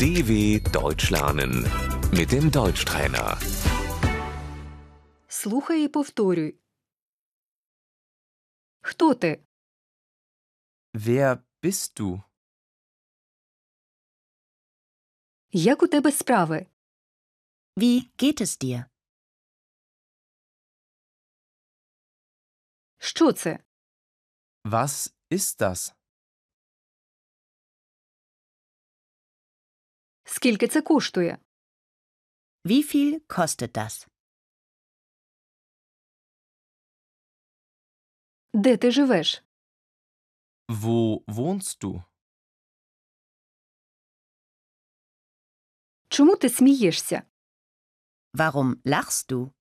DW Deutsch lernen mit dem Deutschtrainer. Слухай і повторюй. Хто ти? Wer bist du? Як у тебе справи? Wie geht es dir? Що це? Was ist das? Скільки це коштує? Wie viel kostet das? Де ти живеш? Wo wohnst du? Чому ти смієшся? Warum lachst du?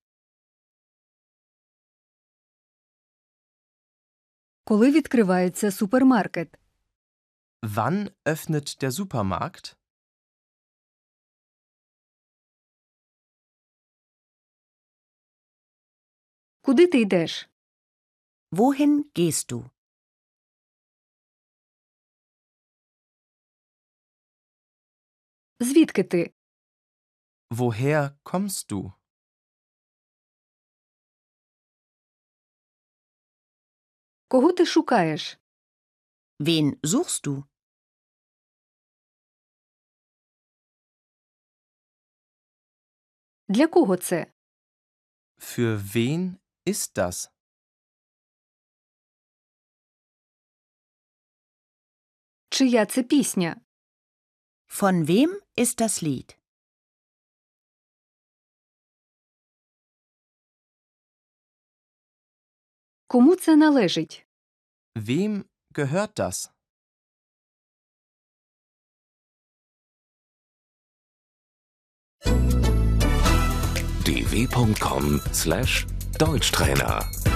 Коли відкривається супермаркет? Wann öffnet der Supermarkt? Куди ти йдеш? Wohin gehst du? Звідки ти? Woher kommst du? Кого ти шукаєш? Wen suchst du? Для кого це? Für wen ist das? Чия це пісня? Von wem ist das Lied? Кому це належить? Wem gehört das? dw.com/deutschtrainer